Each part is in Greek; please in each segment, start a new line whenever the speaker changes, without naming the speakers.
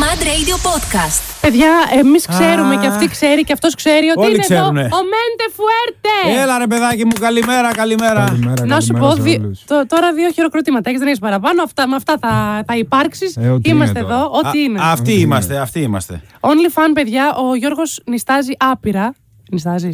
Mad Radio Podcast.
Παιδιά, εμείς ξέρουμε και αυτή ξέρει και αυτός ξέρει ότι
Όλοι
είναι
ξέρουνε.
εδώ ο Μέντε Φουέρτε.
Έλα ρε παιδάκι μου, καλημέρα, καλημέρα.
Καλημέρα,
Να σου πω
καλημέρα σε
δι-
όλους.
το- τώρα δύο χειροκροτήματα. Έχεις δεν έχεις παραπάνω. Αυτά, με αυτά θα, θα υπάρξεις.
Ε, ό,τι είναι
Είμαστε
τώρα.
εδώ, ό,τι
Α,
είναι.
Αυτοί είμαστε, αυτοί είμαστε.
Only fan, παιδιά, ο Γιώργος νιστάζει άπειρα. Νιστάζεις.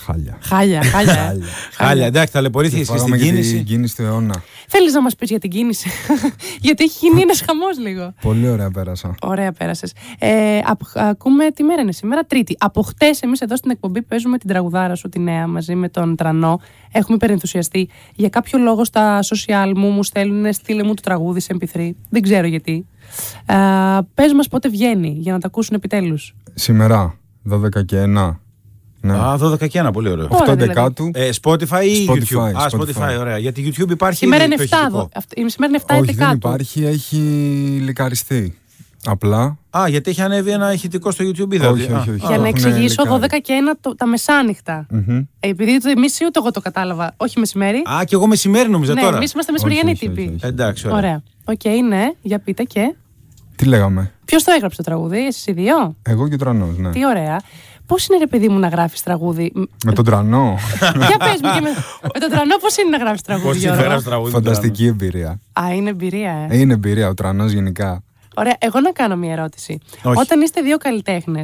Χάλια.
Χάλια, χάλια. ε.
Χάλια, εντάξει, ταλαιπωρήθηκες και
Φάγαμε
στην
και την
κίνηση.
κίνηση του αιώνα.
Θέλεις να μας πεις για την κίνηση. Γιατί έχει γίνει ένας χαμός λίγο.
Πολύ ωραία πέρασα.
Ωραία, πέρασες. Ε, απ- ακούμε τι μέρα είναι σήμερα, Τρίτη. Από χτες, εμείς εδώ στην εκπομπή παίζουμε την τραγουδάρα σου, τη νέα, μαζί με τον Τρανό. Έχουμε υπερενθουσιαστεί. Για κάποιο λόγο στα social μου μου στέλνουν στείλε μου το τραγούδι σε MP3. Δεν ξέρω γιατί. Ε, Πες μας πότε βγαίνει, για να τα ακούσουν επιτέλους.
Σήμερα, 12 και 1. Ναι.
Α, 12 και 1, πολύ ωραίο.
Ω.
8
δηλαδή.
δεκάτου.
Ε, Spotify ή
Spotify,
YouTube. Α, Spotify,
Spotify,
ωραία. Γιατί YouTube υπάρχει.
Σήμερα
ήδη
είναι
το
7.
ηχητικό.
δο- αυτή- είναι- Σήμερα είναι 7
Όχι, δεν
δεκάτου.
υπάρχει, έχει λικαριστεί. Απλά.
Α, γιατί έχει ανέβει ένα ηχητικό στο YouTube, είδα.
Όχι,
ότι- α,
όχι, όχι.
Για
α,
να
Έχουν
εξηγήσω,
λικάρει.
12 και 1 το, τα μεσάνυχτα. Ε, Επειδή το εμείς ούτε εγώ το κατάλαβα, όχι μεσημέρι.
Α, και εγώ μεσημέρι νόμιζα
ναι,
τώρα.
εμείς είμαστε μεσημεριανοί
όχι, όχι,
τύποι.
όχι.
Εντάξει, ωραία.
Ωραία. Οκ, ναι, για πείτε και.
Τι λέγαμε.
Ποιος το έγραψε το τραγούδι, εσύ οι δύο.
Εγώ και ο τρανός, ναι.
Τι ωραία. Πώς είναι ρε παιδί μου να γράφεις τραγούδι. Μ,
Με τον τρανό.
Για πες μου και με, με τον τρανό, πώς είναι να γράφεις
Πώς
τραγούδι,
τη φέρας
Γιώργο.
τραγούδι.
Φανταστική εμπειρία.
Α, είναι εμπειρία, ε.
Ε, Είναι εμπειρία ο τρανός γενικά.
Ωραία, εγώ να κάνω μια ερώτηση.
Όχι.
Όταν είστε δύο καλλιτέχνες,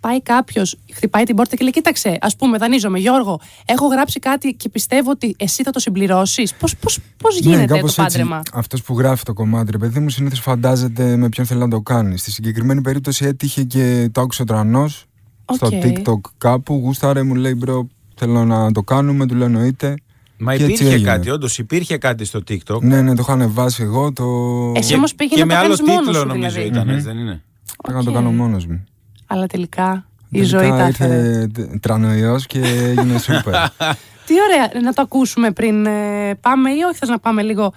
πάει κάποιος, χτυπάει την πόρτα και λέει: Κοίταξε, ας πούμε, δανείζομαι, Γιώργο, έχω γράψει κάτι και πιστεύω ότι εσύ θα το συμπληρώσεις. Πώς πώς, πώς γίνεται το
Ναι, κάπως
πάντρεμα.
Αυτός που γράφει το κομμάτι, ρε παιδί μου, συνήθως φαντάζεται με ποιον θέλει να το κάνει. Στη συγκεκριμένη περίπτωση έτυχε και το άκουσε ο τρανός στο
Οκ.
TikTok κάπου. Γούσταρε, μου λέει, μπρο, θέλω να το κάνουμε, του λέω εννοείται.
Μα
Και έτσι
υπήρχε
έγινε.
κάτι, όντως υπήρχε κάτι στο TikTok.
Ναι, ναι, το είχα ανεβάσει εγώ, το.
Εσύ
Και-
όμως πήγαινε
και
να
με
το
άλλο
κάνεις μόνος
τίτλο
σου,
νομίζω
δηλαδή.
ήταν, έτσι δεν είναι.
Πήγα να το κάνω μόνος μου.
Αλλά τελικά η
Τελικά
ζωή τα έφερε.
ήρθε τ- τρανοϊός και έγινε σούπερ.
Τι ωραία να το ακούσουμε πριν ε, πάμε ή όχι θες να πάμε λίγο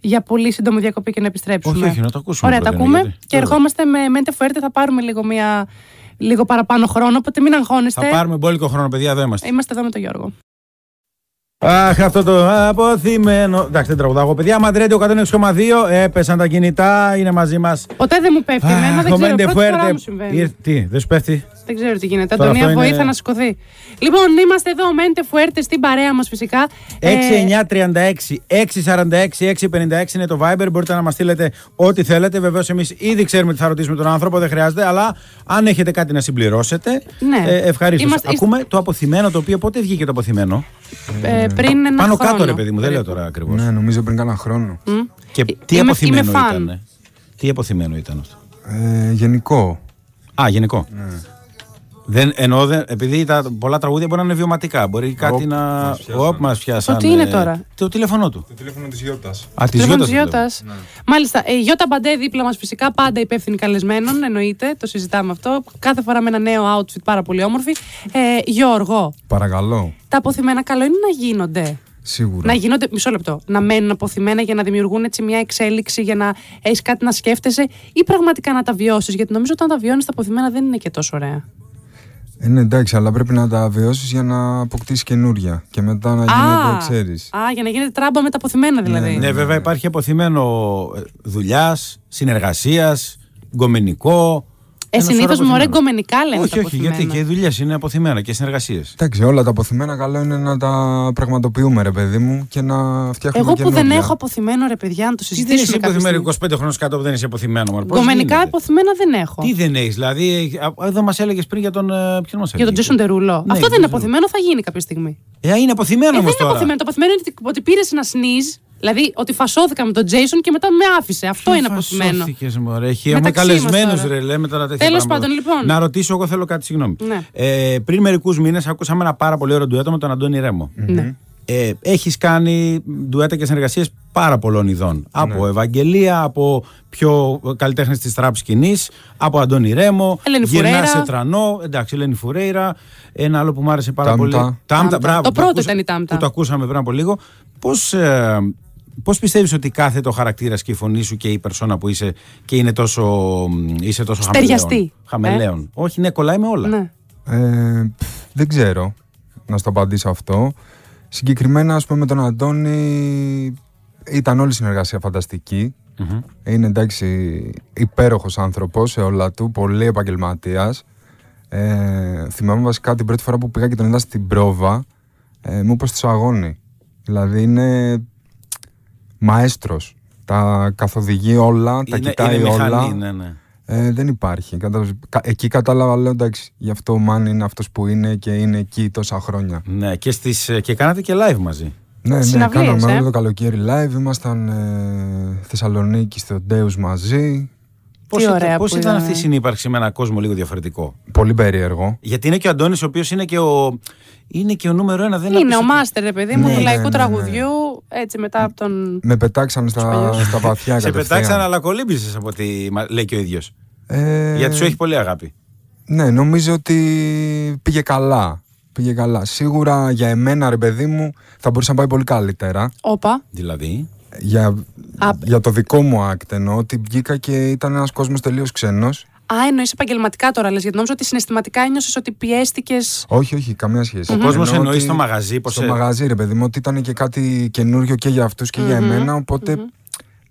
για πολύ σύντομη διακοπή και να επιστρέψουμε.
Όχι, όχι, να το ακούσουμε
Ωραία, τα
πρώτα,
ακούμε
γιατί.
και
Βέβαια.
ερχόμαστε με Μέντε Φουέρτε, θα πάρουμε λίγο, μια, λίγο παραπάνω χρόνο, οπότε μην αγχώνεστε.
Θα πάρουμε μπόλικο χρόνο, παιδιά, εδώ είμαστε.
Είμαστε εδώ με τον Γιώργο.
Αχ, αυτό το αποθυμένο. Εντάξει, δεν τραγουδάω εγώ, παιδιά. Μαντρέντε 106,2. Έπεσαν τα κινητά, είναι μαζί μας.
Ποτέ δεν μου πέφτει εμένα, δεν ξέρω, πρώτη φορά μου συμβαίνει.
Τι, δεν σου πέφτει.
Δεν ξέρω τι γίνεται.
Τώρα
Αντωνία,
αυτό είναι-
βοήθα να σηκωθεί. Λοιπόν, είμαστε εδώ, Μέντε Φουέρτε, στην παρέα μας φυσικά. Ε,
6936, 646, 656 είναι το Viber. Μπορείτε να μας στείλετε ό,τι θέλετε. Βεβαίως, εμείς ήδη ξέρουμε τι θα ρωτήσουμε τον άνθρωπο, δεν χρειάζεται. Αλλά αν έχετε κάτι να συμπληρώσετε,
Ναι.
ευχαρίστως.
Είμαστε-
Ακούμε το αποθυμένο, το οποίο πότε βγήκε το αποθυμένο.
ε, πριν ένα
Πάνω
χρόνο.
κάτω, ρε παιδί μου, δεν λέω τώρα ακριβώς.
ναι, νομίζω πριν κάνα χρόνο.
Και τι
Ε, Είμαι-
αποθυμένο
είμαι fan.
ήταν. Τι αποθυμένο ήταν αυτό.
Ε, γενικό.
Α, γενικό. Δεν, εννοώ, δεν, επειδή τα πολλά τραγούδια μπορεί να είναι βιωματικά. Μπορεί κάτι
Οπ,
να. Οπ, μας πιάσανε.
Το τι είναι τώρα?
Το τηλέφωνό του.
Το τηλέφωνο της Γιώτας.
Α, της
Τηλέφωνο
Γιώτας.
της Γιώτας. Μάλιστα. Ε, Η Γιώτα Μπαντέ δίπλα μας φυσικά, πάντα υπεύθυνη καλεσμένων, εννοείται. Το συζητάμε αυτό. Κάθε φορά με ένα νέο outfit πάρα πολύ όμορφη. Ε, Γιώργο,
Παρακαλώ.
τα αποθυμένα καλό είναι να γίνονται.
Σίγουρα.
Να γίνονται, μισό λεπτό, να μένουν αποθυμένα για να δημιουργούν έτσι μια εξέλιξη, για να έχεις κάτι να σκέφτεσαι ή πραγματικά να τα βιώσεις. Γιατί νομίζω όταν τα βιώνεις τα αποθυμένα δεν είναι και τόσο ωραία.
Ε, ναι, εντάξει, αλλά πρέπει να τα βιώσεις για να αποκτήσεις καινούρια. Και μετά να γίνεται, ξέρεις.
α, για να γίνεται τράμπα με τα αποθυμένα δηλαδή.
Ναι, βέβαια υπάρχει αποθυμένο ε, δουλειάς, συνεργασίας, γκομενικό.
Ε,
Ένας σωρό
συνήθω μου
αποθυμένο.
ωραία γκομενικά λένε.
Όχι,
τα
όχι, γιατί
αποθυμένα.
και οι δουλειές είναι αποθυμένα και συνεργασίες.
Εντάξει, όλα τα αποθυμένα καλό είναι να τα πραγματοποιούμε, ρε παιδί μου, και να φτιάχνουμε
Εγώ που δεν
καινούρια.
έχω αποθυμένο ρε παιδιά, να το
Τι δεν είσαι
συζητήσουμε. κάποια στιγμή.
αποθυμένο 25 χρόνια κάτω που δεν είσαι αποθυμένο, μωρέ, πώς
Γκομενικά
γίνεται.
αποθυμένα δεν έχω.
Τι δεν έχεις, δηλαδή. έχεις- α, Εδώ μας έλεγες πριν για τον. ε, Ποιον μας
Για τον Τζέσον Τερούλο.
Ναι,
Αυτό δεν
Jason
είναι αποθυμένο, θα γίνει κάποια στιγμή.
Ε, είναι
Ε,
αποθυμένο
δεν
όμως
είναι
τώρα.
αποθυμένο. Το αποθυμένο είναι ότι- ότι πήρες ένα σνίζ, δηλαδή ότι φασώθηκα με τον Τζέσον και μετά με άφησε. Αυτό είναι αποθυμένο.
Φασώθηκες, μωρέ. Έχουμε
Μεταξύ μας
καλεσμένου,
τώρα.
ρε. Λέμε τώρα τέτοια
Τέλος
πράγματα.
πάντων, λοιπόν.
Να ρωτήσω, εγώ θέλω κάτι, συγγνώμη.
Ναι.
Ε, πριν μερικούς μήνες ακούσαμε ένα πάρα πολύ ωραίο ντουέτο με τον Αντώνη Ρέμο.
Ναι.
Ε, Έχεις κάνει ντουέτα και συνεργασίες πάρα πολλών ειδών. Από Ευαγγελία, από πιο καλλιτέχνες της τραπ σκηνής, από Αντώνη Ρέμο.
Ελένη
Γυρνά
Φουρέιρα.
σε τρανό, εντάξει, Ελένη Φουρέιρα. Ένα άλλο που μου άρεσε πάρα
Τάμτα.
πολύ.
Τάμτα.
μπράβο,
Το
που
πρώτο
ακούσα-
ήταν η Τάμτα.
Που το ακούσαμε πριν από λίγο. Πώς, ε, πώς πιστεύεις ότι κάθεται ο χαρακτήρας και η φωνή σου και η περσόνα που είσαι και είναι τόσο, μ, είσαι τόσο χαμελέον.
Στεριαστή,
Χαμελέον. Όχι, ναι, κολλάει με όλα.
ε. Ναι.
Ε, πφ, δεν ξέρω να στο απαντήσω αυτό. Συγκεκριμένα, ας πούμε, με τον Αντώνη ήταν όλη η συνεργασία φανταστική. Είναι εντάξει υπέροχος άνθρωπος σε όλα του, πολύ επαγγελματίας. Ε, θυμάμαι βασικά την πρώτη φορά που πήγα και τον είδα στην πρόβα, ε, μου είπες στο αγώνι. Δηλαδή είναι μαέστρος. Τα καθοδηγεί όλα, τα
είναι,
κοιτάει
είναι
όλα.
μηχανή, ναι, ναι.
Ε, δεν υπάρχει. Κατάλαβες. Κα- Εκεί κατάλαβα, λέω εντάξει, γι' αυτό ο Μάν είναι αυτός που είναι και είναι εκεί τόσα χρόνια.
Ναι, και, στις, και κάνατε και live μαζί.
Ναι, ναι,
Συναυλίες,
κάναμε
ε.
όλο το καλοκαίρι live. Ήμασταν ε, Θεσσαλονίκη στο Ντέους μαζί.
Πώς,
ωραία
ήταν, πώς
που
ήταν
ήταν,
αυτή η
ε.
συνύπαρξη με έναν κόσμο λίγο διαφορετικό.
Πολύ περίεργο.
Γιατί είναι και ο Αντώνης ο οποίος είναι και ο, είναι και ο νούμερο ένα. Δεν
Είναι ο
άκουσα-
μάστερ, ρε παιδί μου,
Ναι,
του λαϊκού
ναι, ναι, ναι.
τραγουδιού, έτσι μετά από τον.
Με πετάξαν στα,
παλιούς.
στα βαθιά
Σε
κατευθείαν.
πετάξαν αλλά κολύμπησες από ό,τι μα- λέει και ο ίδιος.
Ε,
Γιατί σου έχει πολύ αγάπη.
Ναι, νομίζω ότι πήγε καλά. Πήγε καλά. Σίγουρα για εμένα, ρε παιδί μου, θα μπορούσε να πάει πολύ καλύτερα.
Όπα.
Δηλαδή.
Για,
Α.
για το δικό μου άκτε εννοώ ότι βγήκα και ήταν ένας κόσμος τελείως ξένος.
Α, εννοείς επαγγελματικά τώρα, λες, γιατί νόμιζα ότι συναισθηματικά ένιωσες ότι πιέστηκες.
Όχι, όχι, καμία σχέση.
Ο
Ναι.
κόσμος
Εννοώ
εννοεί
ότι-
στο μαγαζί, πως
Στο
ε-
μαγαζί, ρε παιδί μου, ότι ήταν και κάτι καινούριο και για αυτούς και για εμένα. οπότε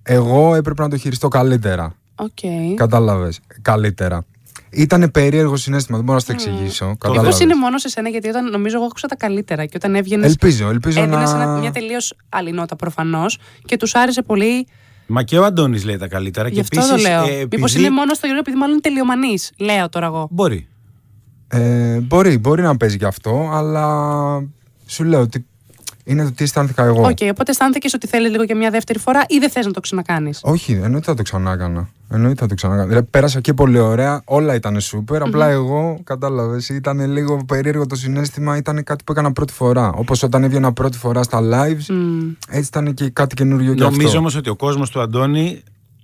εγώ έπρεπε να το χειριστώ καλύτερα.
Οκ.
Κατάλαβες. Καλύτερα. Ήταν περίεργο συνέστημα, δεν μπορώ να σου το εξηγήσω.
Μήπω
Κατάλαβες.
είναι μόνο σε σένα, γιατί όταν νομίζω εγώ άκουσα τα καλύτερα και όταν έβγαινες.
Ελπίζω, ελπίζω
Έδινε
να.
μια τελείως άλλη νότα προφανώς και τους άρεσε πολύ.
Μα και ο Αντώνης λέει τα καλύτερα.
Γι'
και
αυτό
επίσης,
το λέω.
ε,
Μήπως
επειδή-
είναι μόνο στο γύρο, επειδή μάλλον είναι τελειωμανή. Λέω τώρα εγώ.
Μπορεί.
Ε, μπορεί, μπορεί να παίζει γι' αυτό, αλλά σου λέω ότι είναι το τι αισθάνθηκα εγώ.
Οκ, οπότε αισθάνθηκες ότι θέλει λίγο και μια δεύτερη φορά ή δεν θες να το ξανακάνεις.
Όχι, εννοείται θα το ξανά έκανα. Εννοείται θα το ξανά έκανα. Δηλαδή, πέρασα και πολύ ωραία, όλα ήταν σούπερ. απλά εγώ, κατάλαβες, ήταν λίγο περίεργο το συνέστημα, ήταν κάτι που έκανα πρώτη φορά. Όπως όταν έβγαινα πρώτη φορά στα lives, έτσι ήταν και κάτι καινούριο για αυτό.
Νομίζω όμως ότι ο κόσμος του Αντώνη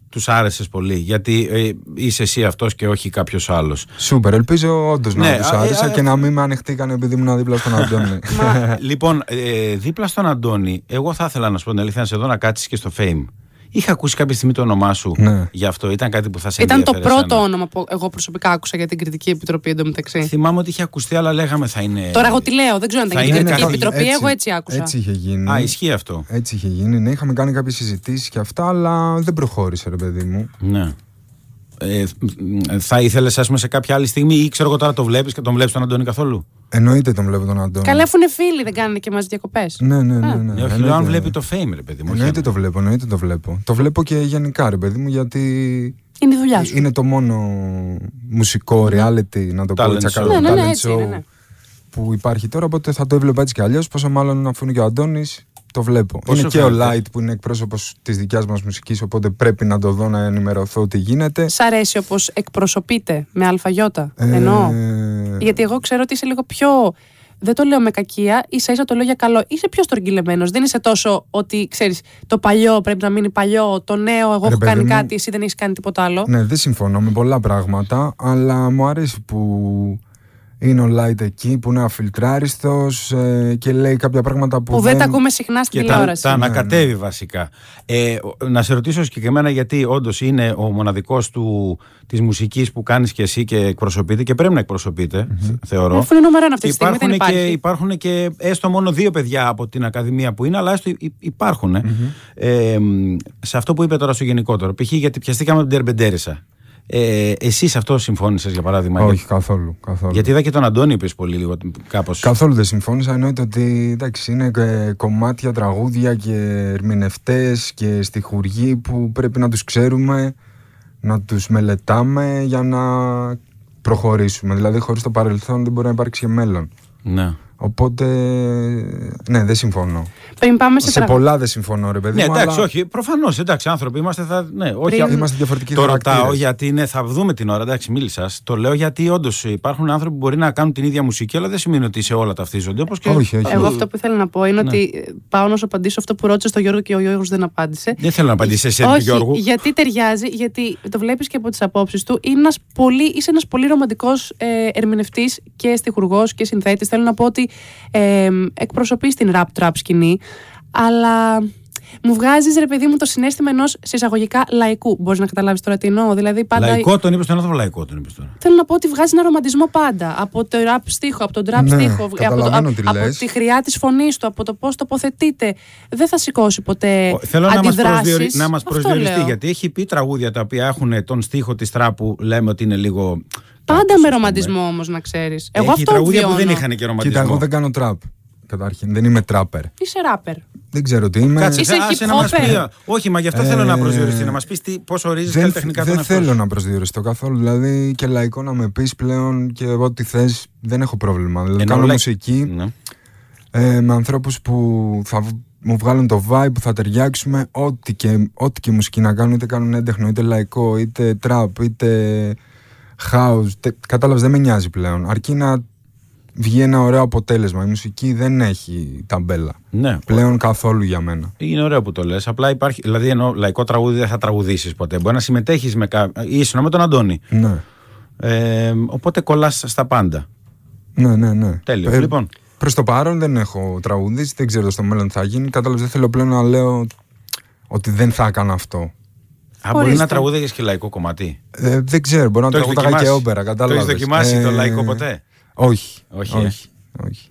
του άρεσες πολύ. Γιατί ε, είσαι εσύ αυτός και όχι κάποιος άλλος.
Σούπερ, ελπίζω όντως
Ναι,
να τους
α, ε,
άρεσα
α,
και να μην με ανεχτήκαν επειδή ήμουν δίπλα στον Αντώνη.
λοιπόν, ε, δίπλα στον Αντώνη, εγώ θα ήθελα να σου πω την αλήθεια να σε δω να κάτσεις και στο fame. Είχα ακούσει κάποια στιγμή το όνομά σου
Ναι.
γι' αυτό. Ήταν κάτι που θα σε
Ήταν το
ενδιαφέρε
πρώτο
σαν-
όνομα που εγώ προσωπικά άκουσα για την κριτική επιτροπή εντωμεταξύ.
Θυμάμαι ότι είχε ακουστεί, αλλά λέγαμε θα είναι.
Τώρα εγώ τι λέω, δεν ξέρω αν ήταν
Θα
για την
είναι
κριτική
καθ'
ναι, επιτροπή, εγώ έτσι άκουσα.
Έτσι είχε γίνει.
Α, ισχύει αυτό.
Έτσι είχε γίνει. Ναι, είχαμε κάνει κάποιες συζητήσεις και αυτά, αλλά δεν προχώρησε, ρε παιδί μου.
Ναι. Ε, μ, θα ήθελες, ας πούμε, σε κάποια άλλη στιγμή ή ξέρω εγώ τώρα το βλέπεις και τον βλέπεις τον Αντώνη καθόλου.
Εννοείται τον βλέπω τον Αντώνη.
Καλά, αφού είναι φίλοι, δεν κάνουν και μας διακοπές.
Ναι, ναι, ναι. ναι.
Ναι, όχι, λέω αν βλέπει το fame, ρε παιδί μου. όχι
Εννοείται
αν-
το βλέπω, εννοείται το βλέπω. Το βλέπω και γενικά, ρε παιδί μου, γιατί
Είναι η δουλειά σου.
είναι το μόνο μουσικό reality, να το πω
Talent
έτσι,
show.
ακριβώς,
Ναι, ναι, ναι,
talent
έτσι είναι, ναι.
που υπάρχει τώρα. Οπότε θα το έβλεπα έτσι κι αλλιώς. Πόσο μάλλον αφού είναι και ο Αντώνης, το βλέπω.
Πώς
είναι
σου
και ο
φαίνεται?
Light που είναι εκπρόσωπος της δικιάς μας μουσικής, οπότε πρέπει να το δω να ενημερωθώ τι γίνεται.
Σ' αρέσει όπως εκπροσωπείται με αλφαγιώτα.
Ε,
Εννοώ.
ναι.
Γιατί εγώ ξέρω ότι είσαι λίγο πιο. Δεν το λέω με κακία, ίσα ίσα το λέω για καλό. Είσαι πιο στρογγυλεμένος. Δεν είσαι τόσο ότι ξέρεις το παλιό πρέπει να μείνει παλιό, το νέο, εγώ
Ρε
έχω
παιδί
κάνει
μου.
κάτι, εσύ δεν έχεις κάνει τίποτα άλλο.
Ναι, δεν συμφωνώ με πολλά πράγματα, αλλά μου αρέσει που είναι ο Light εκεί, που είναι αφιλτράριστος ε, και λέει κάποια πράγματα που,
που δεν τα ακούμε συχνά στην
και τα,
τηλεόραση.
Ναι,
τα ανακατεύει βασικά. Ε, ο- να σε ρωτήσω συγκεκριμένα γιατί όντως είναι ο μοναδικός του της μουσικής που κάνεις και εσύ και εκπροσωπείται και πρέπει να εκπροσωπειται θεωρώ.
Αφού είναι νούμερο ένα Ναι, αυτή
Και
τη στιγμή, δεν
υπάρχουν και,
υπάρχει.
υπάρχουν και έστω μόνο δύο παιδιά από την Ακαδημία που είναι, αλλά έστω υ- υπάρχουν. ε. Ε, μ, σε αυτό που είπε τώρα στο γενικότερο, π.χ. γιατί πιαστήκαμε από την Τερμπεντέρισα. Ε, εσύ σε αυτό συμφώνησες, για παράδειγμα.
Όχι, καθόλου. καθόλου.
Γιατί είδα και τον Αντώνη, είπες πολύ λίγο κάπως.
Καθόλου δεν συμφώνησα. Εννοείται ότι εντάξει, είναι ε, κομμάτια, τραγούδια και ερμηνευτές και στιχουργοί που πρέπει να τους ξέρουμε, να τους μελετάμε για να προχωρήσουμε. Δηλαδή, χωρίς το παρελθόν δεν μπορεί να υπάρξει και μέλλον.
Ναι.
Οπότε, ναι, δεν συμφωνώ.
Πριν πάμε σε,
Σε
πραγμα-
πολλά δεν συμφωνώ, ρε παιδί
Ναι,
μου.
εντάξει,
αλλά
όχι. Προφανώς, εντάξει, άνθρωποι είμαστε. Θα, ναι, όχι,
Πριν-
Είμαστε διαφορετικοί
Το
χαρακτήρες.
ρωτάω γιατί ναι, θα δούμε την ώρα. Εντάξει, μίλησα. Το λέω γιατί όντως υπάρχουν άνθρωποι που μπορεί να κάνουν την ίδια μουσική, αλλά δεν σημαίνει ότι σε όλα ταυτίζονται. Όπως και...
Όχι, όχι.
Εγώ αυτό που ήθελα να πω είναι
Ναι.
ότι ε, πάω να σου απαντήσω αυτό που ρώτησες στο Γιώργο και ο Γιώργος δεν απάντησε.
Δεν θέλω να απαντήσει εσύ,
Όχι,
Γιώργο.
γιατί ταιριάζει, γιατί το βλέπεις και από τις απόψεις του. Είναι ένας πολύ, είσαι ένας πολύ ρομαντικός ε, ερμηνευτής και στιχουργός και συνθέτης. Θέλω να πω ότι ε, εκπροσωπείς την rap trap σκηνή, αλλά Μου βγάζεις ρε παιδί μου το συνέστημα ενός συσσαγωγικά λαϊκού. Μπορείς να καταλάβεις τώρα τι εννοώ. Δηλαδή πάντα.
Λαϊκό τον είπες στον άνθρωπο, λαϊκό τον είπες τώρα.
Θέλω να πω ότι βγάζει ένα ρομαντισμό πάντα. Από το ραπ στίχο, από τον τραπ
Ναι,
στίχο, από, το,
καταλαβαίνω
από,
τι
από
λες.
τη χρειά της φωνής του, από το πώς τοποθετείται. Δεν θα σηκώσει ποτέ.
Θέλω να μας,
Ε, αντιδράσεις.
προσδιορι... να μας
Αυτό
προσδιοριστεί,
λέω.
γιατί έχει πει τραγούδια τα οποία έχουν τον στίχο της τράπου, λέμε ότι είναι λίγο.
Πάντα με ρομαντισμό όμως, να ξέρεις. Εγώ
έχει
αυτό
τραγούδια που δεν
βιώνω.
είχαν και ρομαντισμό.
Κοίτα, εγώ δεν κάνω τραπ. Καταρχήν, δεν είμαι τράπερ.
Είσαι ράπερ.
Δεν ξέρω τι είμαι.
Κάτσε,
Είσαι
άσε να μας
hip-hopper.
πει. Όχι, μα γι' αυτό θέλω να προσδιοριστεί, να μας πεις πώς ορίζεις
Ε, δεν
καλλιτεχνικά τον
δεν
εαυτό
θέλω
σου.
να προσδιοριστώ καθόλου. Δηλαδή και λαϊκό να με πεις πλέον και ό,τι θες, δεν έχω πρόβλημα. Δηλαδή,
Ενώ
κάνω
λέει-
μουσική
Ναι.
ε, με ανθρώπους που θα β- μου βγάλουν το vibe, που θα ταιριάξουμε ό,τι και, ό,τι και μουσική να κάνουν, είτε κάνουν έντεχνο, είτε λαϊκό, είτε trap, είτε house. Τε, κατάλαβες, δεν με νοιάζει πλέον. Αρκεί να βγει ένα ωραίο αποτέλεσμα. Η μουσική δεν έχει ταμπέλα.
ναι.
Πλέον καθόλου για μένα.
Είναι ωραίο που το λες. Απλά υπάρχει. Δηλαδή, ενώ λαϊκό τραγούδι δεν θα τραγουδήσεις ποτέ. Μπορεί να συμμετέχεις με κάποιον. ήσουν με τον Αντώνη.
Ναι.
Ε, οπότε κολλάς στα πάντα.
Ναι, ναι, ναι.
Τέλειος. Λοιπόν.
Προς το παρόν δεν έχω τραγουδίσει, δεν ξέρω στο μέλλον τι θα γίνει. Κατάλαβες, δεν θέλω πλέον να λέω ότι δεν θα έκανα αυτό.
Α, μπορεί
Ορίστε.
να τραγούδαγε και λαϊκό κομμάτι.
Ε, δεν ξέρω, μπορώ να
Το έχεις
τραγουδάγα και
δοκιμάσει?
όμπερα,
Το
κατάλαβε.
έχεις δοκιμάσει το λαϊκό ποτέ?
Όχι.
Όχι, ε.
όχι. όχι.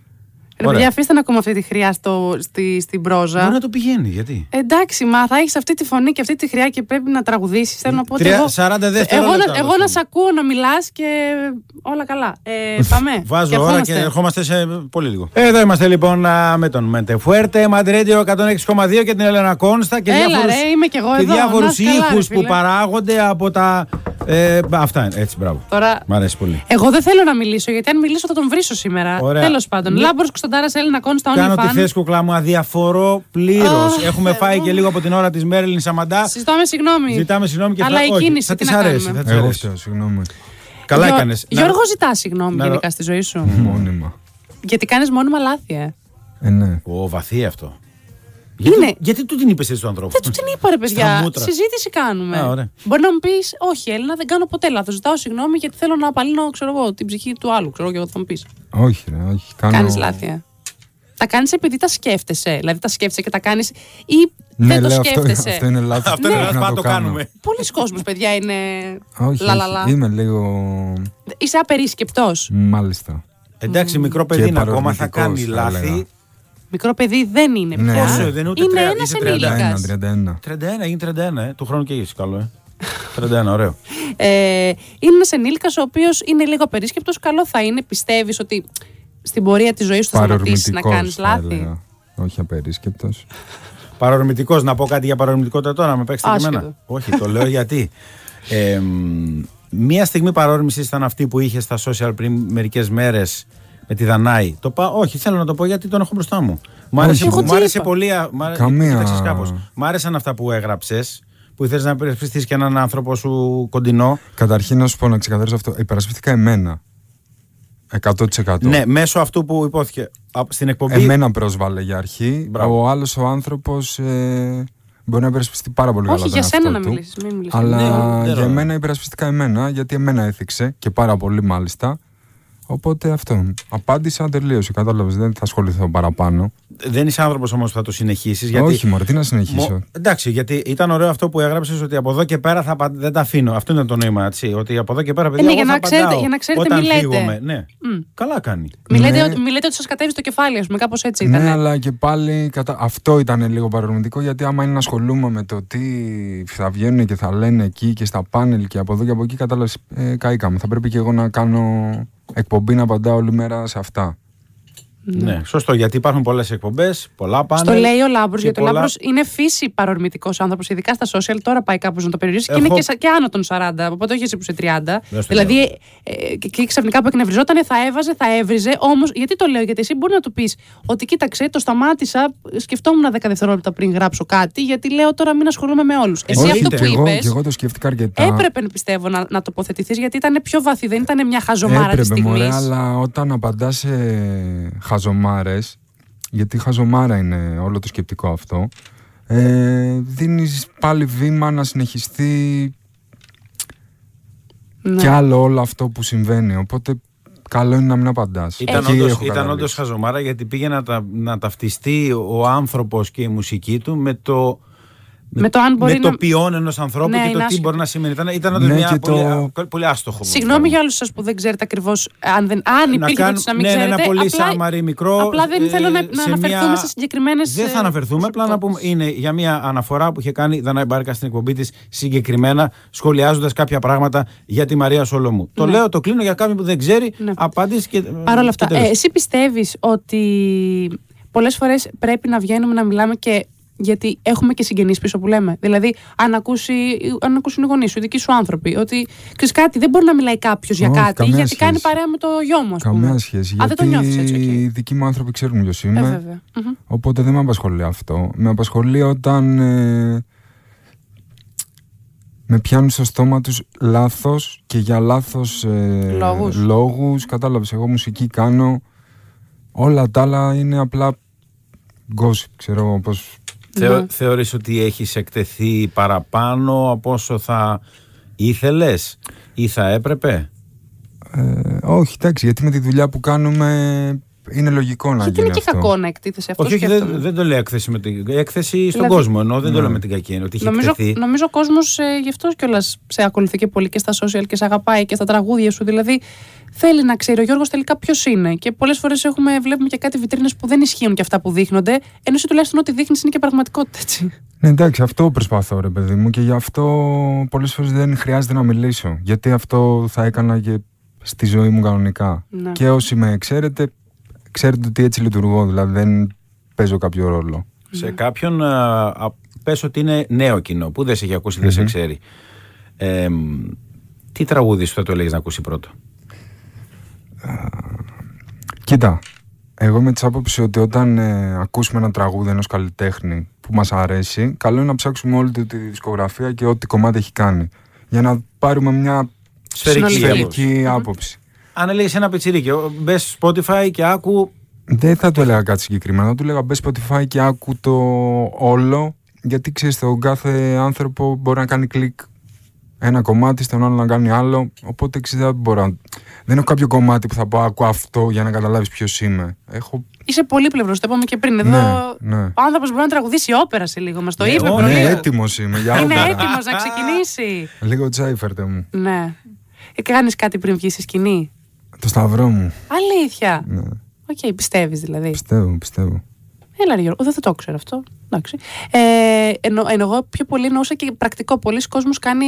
Ρε
Ωραία.
παιδιά, αφήστε να ακούμε αυτή τη χρειά στο, στη, στην πρόζα.
Μπορεί να το πηγαίνει, γιατί.
Εντάξει, μα θα έχεις αυτή τη φωνή και αυτή τη χρειά και πρέπει να τραγουδήσεις. Θέλω να πω ότι.
Τρία-
εγώ-
40 δευτερόλεπτα
Εγώ, να,
δώσαμε.
εγώ να σε ακούω να μιλάς και όλα καλά. Ε, πάμε. Και
Βάζω ώρα και
ερχόμαστε.
ερχόμαστε σε πολύ λίγο. Εδώ είμαστε λοιπόν α, με τον Μεντεφουέρτε, Μαντρέντιο 106,2 και την Ελένα Κόνστα και
Έλα,
διάφορους,
ρε, είμαι κι εγώ
και
εδώ.
διάφορους
Να είσαι καλά,
ήχους
ρε,
που
φίλε.
παράγονται από τα. Ε, αυτά είναι. Έτσι, μπράβο.
Τώρα-
Μ' αρέσει πολύ.
Εγώ δεν θέλω να μιλήσω, γιατί αν μιλήσω θα τον βρίσω σήμερα.
Ωραία.
Τέλος πάντων. Λάμπρο Κωνσταντάρα Έλληνα Κόνστα,
Κάνω
OnlyFans.
τη θέση κουκλά μου, αδιαφορώ πλήρως.
Αχ,
Έχουμε φάει και λίγο από την ώρα της Μέρλιν Σαμαντά.
Συζητάμε συγγνώμη.
Ζητάμε συγγνώμη και
Αλλά
θα-
η
όχι,
κίνηση,
θα
τι
της
να
αρέσει,
κάνουμε.
θα της
Εγώ
αρέσει.
φταίω, συγγνώμη.
Καλά
Γιώ-
έκανες.
Γιώργο, ζητά συγγνώμη
να-
γενικά στη ζωή σου.
Μόνιμα.
Γιατί κάνεις μόνιμα λάθη, ε.
Ε, ναι.
Ω, βαθύ αυτό. Γιατί,
Είναι.
γιατί του την είπες εσύ του ανθρώπους.
Δεν του την είπα, ρε
Στα
παιδιά.
μούτρα.
Συζήτηση κάνουμε.
Α, ωραία.
Μπορεί να μου πεις, Όχι, Έλληνα, δεν κάνω ποτέ λάθος. Ζητάω συγγνώμη γιατί θέλω να απαλύνω ξέρω εγώ, την ψυχή του άλλου. Ξέρω εγώ και θα μου πεις.
Όχι, ρε, όχι. Κάνω...
Κάνεις λάθη. ε. Τα κάνεις επειδή τα σκέφτεσαι. Δηλαδή τα σκέφτεσαι και τα κάνεις ή
Ναι,
δεν το
λέω, αυτό,
σκέφτεσαι.
αυτό είναι λάθος.
Αυτό είναι λάθος, πάντα το κάνουμε.
Πολλοί κόσμοι, παιδιά, είναι.
Όχι,
λαλαλα.
όχι. είμαι λίγο.
Είσαι απερίσκεπτος.
Μάλιστα.
Εντάξει, μικρό παιδί είναι ακόμα, θα
παρορμητικός,
κάνει
θα
λάθη.
έλεγα.
Μικρό παιδί δεν είναι
Ναι.
πια.
Πόσο,
δεν είναι ούτε
είναι
τρία,
ένας
είσαι 31.
ενήλικα.
31.
31, έγινε 31, ε. του χρόνου και είσαι καλό, ε. 31, ωραίο.
Ε, είναι ένας ενήλικας ο οποίος είναι λίγο απερίσκεπτος. Καλό θα είναι, πιστεύεις ότι στην πορεία της ζωής σου θα σταματήσεις να
Παρορμητικός,
κάνεις
θα
λάθη.
έλεγα. Όχι απερίσκεπτος.
Παρορμητικός, να πω κάτι για παρορμητικότητα τώρα, να με παίξετε και
Άσχετο.
εμένα. Όχι, το λέω γιατί. Ε, μ, μία στιγμή παρόρμησης ήταν αυτή που είχε στα social πριν μερικές μέρες με τη Δανάη. Το πα... Όχι, θέλω να το πω γιατί τον έχω μπροστά μου. Μ' άρεσε,
εγώ
μ'
τι
άρεσε
είπα.
πολύ. α, Μ' άρε-
Καμία.
κοίταξες κάπως. Μ' άρεσαν αυτά που έγραψες, που ήθελε να υπερασπιστείς και έναν άνθρωπο σου κοντινό.
Καταρχήν να σου πω να ξεκαθαρίσω αυτό. Υπερασπίστηκα εμένα. 100%.
Ναι, μέσω αυτού που υπόθηκε Α, στην εκπομπή.
Εμένα πρόσβαλε για αρχή.
Μπράβο.
Ο άλλος ο άνθρωπος ε, μπορεί να υπερασπιστεί πάρα πολύ
Όχι,
καλά. τον
για σένα
εαυτό
να
του.
μιλήσεις, μην μιλήσεις.
Ναι,
Αλλά
δεν
για
ρωτάω.
μένα υπερασπιστικά εμένα, γιατί εμένα έθιξε και πάρα πολύ μάλιστα. Οπότε αυτό. Απάντησα, τελείωσε. Κατάλαβες, δεν θα ασχοληθώ παραπάνω.
Δεν είσαι άνθρωπος όμως που θα το συνεχίσεις. Γιατί...
Όχι, μωρέ, τι να
Μο-
συνεχίσω.
Εντάξει, γιατί ήταν ωραίο αυτό που έγραψες ότι από εδώ και πέρα θα απαν- δεν τα αφήνω. Αυτό ήταν το νόημα, έτσι. Ότι από εδώ και πέρα, παιδιά,
ναι,
εγώ
για
θα
να ξέρετε-
απαντάω
για να ξέρετε
όταν
μη λέτε.
φύγομαι. Ναι. Καλά κάνει.
Μιλάτε,
Ναι.
ότι, μιλάτε ότι σας κατέβει το κεφάλι, ας πούμε, κάπως έτσι ήταν.
Ναι, αλλά και πάλι κατα... αυτό ήταν λίγο παρορμητικό γιατί άμα είναι να ασχολούμαι με το τι θα βγαίνουν και θα λένε εκεί και στα πάνελ και από εδώ και από εκεί, κατάλαβες. Ε, καήκαμε. Θα πρέπει και εγώ να κάνω εκπομπή να απαντάω όλη μέρα σε αυτά.
Ναι. Σωστό, γιατί υπάρχουν πολλές εκπομπές, πολλά πάνε.
ναι.
Στο λέει ο Λάμπρος,
και
γιατί ο
πολλά-
Λάμπρος είναι φύση παρορμητικός άνθρωπος, ειδικά στα social. Τώρα πάει κάπως να το περιορίσει και
Έχω-
είναι και, σα- και άνω των 40. Οπότε όχι εσύ που είσαι 30.
Ναι,
στο
Δηλαδή, ε, ε, και, και ξαφνικά που εκνευριζόταν, θα έβαζε, θα έβριζε. Όμως, γιατί το λέω, Γιατί εσύ μπορεί να του πεις ότι κοίταξε, το σταμάτησα, σκεφτόμουν 10 δευτερόλεπτα πριν γράψω κάτι, γιατί λέω τώρα μην ασχολούμαι με όλους. Εσύ
Όχι,
αυτό
και
που
εγώ,
είπες.
και εγώ το σκέφτηκα αρκετά.
Έπρεπε, πιστεύω, να, να τοποθετηθείς γιατί ήταν πιο βαθύ, δεν ήταν μια χαζομάρα τη
Έπρεπε,
στιγμής.
μωρέ, αλλά όταν απαντάς σε χαζομάρες, γιατί χαζομάρα είναι όλο το σκεπτικό αυτό, ε, δίνεις πάλι βήμα να συνεχιστεί
Ναι.
κι άλλο όλο αυτό που συμβαίνει. Οπότε καλό είναι να μην απαντάς.
Ήταν όντως- Ήταν όντως χαζομάρα γιατί πήγε να, τα, να ταυτιστεί ο άνθρωπος και η μουσική του με το.
Με το αν μπορεί
με το
να-
ποιόν ενός ανθρώπου
Ναι,
και
είναι
το τι
άσχετο.
μπορεί να σημαίνει. Ήταν, ήταν όντως
Ναι,
μια
και
πολύ,
το-
α- πολύ άστοχο.
Συγγνώμη για όλους σας που δεν ξέρετε ακριβώς. Αν, δεν, αν
να
υπήρχε
κάνουν-
περίπτωση να μην
ναι, ναι,
ξέρετε.
ένα πολύ
απλά,
σάμαρι μικρό,
Απλά δεν
ε,
θέλω να, να
σε
αναφερθούμε
μια-
σε ε, συγκεκριμένες.
Δεν θα αναφερθούμε, απλά να πούμε. Είναι για μια αναφορά που είχε κάνει η Δανάη Μπάρκα στην εκπομπή της συγκεκριμένα, σχολιάζοντας κάποια πράγματα για τη Μαρία Σολομού. Το λέω, το κλείνω για κάποιον που δεν ξέρει,
Ναι.
απάντηση και.
Παρ' όλα αυτά,
και τέλος.
ε, εσύ πιστεύεις ότι πολλές φορές πρέπει να βγαίνουμε να μιλάμε και γιατί έχουμε και συγγενείς πίσω που λέμε. Δηλαδή, αν, ακούσει, αν ακούσουν οι γονείς σου, οι δικοί σου άνθρωποι, ότι ξέρεις κάτι, δεν μπορεί να μιλάει κάποιος για
Όχι,
κάτι,
καμία
γιατί
σχέση.
κάνει παρέα με το γιο μου, ας πούμε.
Καμία σχέση.
Α, δεν το νιώθεις έτσι,
οι
εκεί.
δικοί μου άνθρωποι ξέρουν ποιος
Ε,
είμαι.
βέβαια. Μμμ.
Οπότε δεν με απασχολεί αυτό. Με απασχολεί όταν ε, με πιάνουν στο στόμα τους λάθος και για λάθος ε,
Λόγους.
λόγους. Κατάλαβες, εγώ μουσική κάνω. Όλα τα άλλα είναι απλά gossip, ξέρω εγώ πώς...
Θεω,
Ναι.
Θεωρείς ότι έχεις εκτεθεί παραπάνω από όσο θα ήθελες ή θα έπρεπε.
Ε, όχι, εντάξει, γιατί με τη δουλειά που κάνουμε είναι λογικό να
Γιατί
γίνει
είναι και
αυτό.
κακό να εκτίθεσαι αυτό.
όχι, όχι
σκέφτομαι.
δεν, δεν το λέω έκθεση, με την, έκθεση στον
Δηλαδή-
κόσμο ενώ δεν το λέω με την κακή έννοια ότι έχει
Νομίζω,
εκτεθεί.
νομίζω ο κόσμος ε, γι' αυτό κιόλας σε ακολουθεί και πολύ και στα social και σε αγαπάει και στα τραγούδια σου. Δηλαδή θέλει να ξέρει ο Γιώργος τελικά ποιος είναι. Και πολλές φορές βλέπουμε και κάτι βιτρίνες που δεν ισχύουν και αυτά που δείχνονται. Ενώ εσύ τουλάχιστον ό,τι δείχνεις είναι και πραγματικότητα, έτσι.
Ναι, εντάξει, αυτό προσπαθώ, ρε παιδί μου, και γι' αυτό πολλές φορές δεν χρειάζεται να μιλήσω. Γιατί αυτό θα έκανα και στη ζωή μου κανονικά.
Ναι.
Και όσοι με ξέρετε, ξέρετε ότι έτσι λειτουργώ. Δηλαδή δεν παίζω κάποιο ρόλο.
Σε κάποιον α, α, πες ότι είναι νέο κοινό που δεν σε έχει ακούσει, δεν σε ξέρει. Ε, μ, τι τραγούδι σου θα το λέγεις να ακούσει πρώτο.
Κοίτα, εγώ είμαι τη άποψη ότι όταν ε, ακούσουμε ένα τραγούδι ενός καλλιτέχνη που μας αρέσει, καλό είναι να ψάξουμε όλη του τη δισκογραφία και ό,τι κομμάτι έχει κάνει. Για να πάρουμε μια
Σφαιρική
Συνολική.
άποψη.
σφαιρική άποψη.
Αν έλεγες ένα πιτσιρίκι, ο, μπες Spotify και άκου
Δεν θα του έλεγα κάτι συγκεκριμένο. Θα του έλεγα μπες Spotify και άκου το όλο. Γιατί ξέρεις, τον κάθε άνθρωπο μπορεί να κάνει κλικ ένα κομμάτι, στον άλλο να κάνει άλλο. Οπότε ξέρεις, δεν μπορώ. να- Δεν έχω κάποιο κομμάτι που θα πω άκου αυτό για να καταλάβεις ποιος είμαι. Έχω.
Είσαι πολύπλευρο, το είπαμε και πριν. Εδώ
Ναι, ναι.
ο άνθρωπος μπορεί να τραγουδήσει όπερα σε λίγο. Μας το
Ναι,
είπε
όχι,
πριν.
Ναι,
ωραία.
έτοιμος είμαι για
Είναι
όπερα.
έτοιμος να ξεκινήσει.
Λίγο τσάι φέρτε μου.
Ναι. Κάνεις κάτι πριν βγεις στη σκηνή.
Το σταυρό μου.
Αλήθεια.
Ναι,
Οκ, πιστεύεις δηλαδή.
πιστεύω, πιστεύω.
Έλα, ρε Γιώργο, δεν θα το ξέρω αυτό. Εντάξει. Ε, ενώ, ενώ εγώ πιο πολύ εννοούσα και πρακτικό. Πολλοί κόσμος κάνει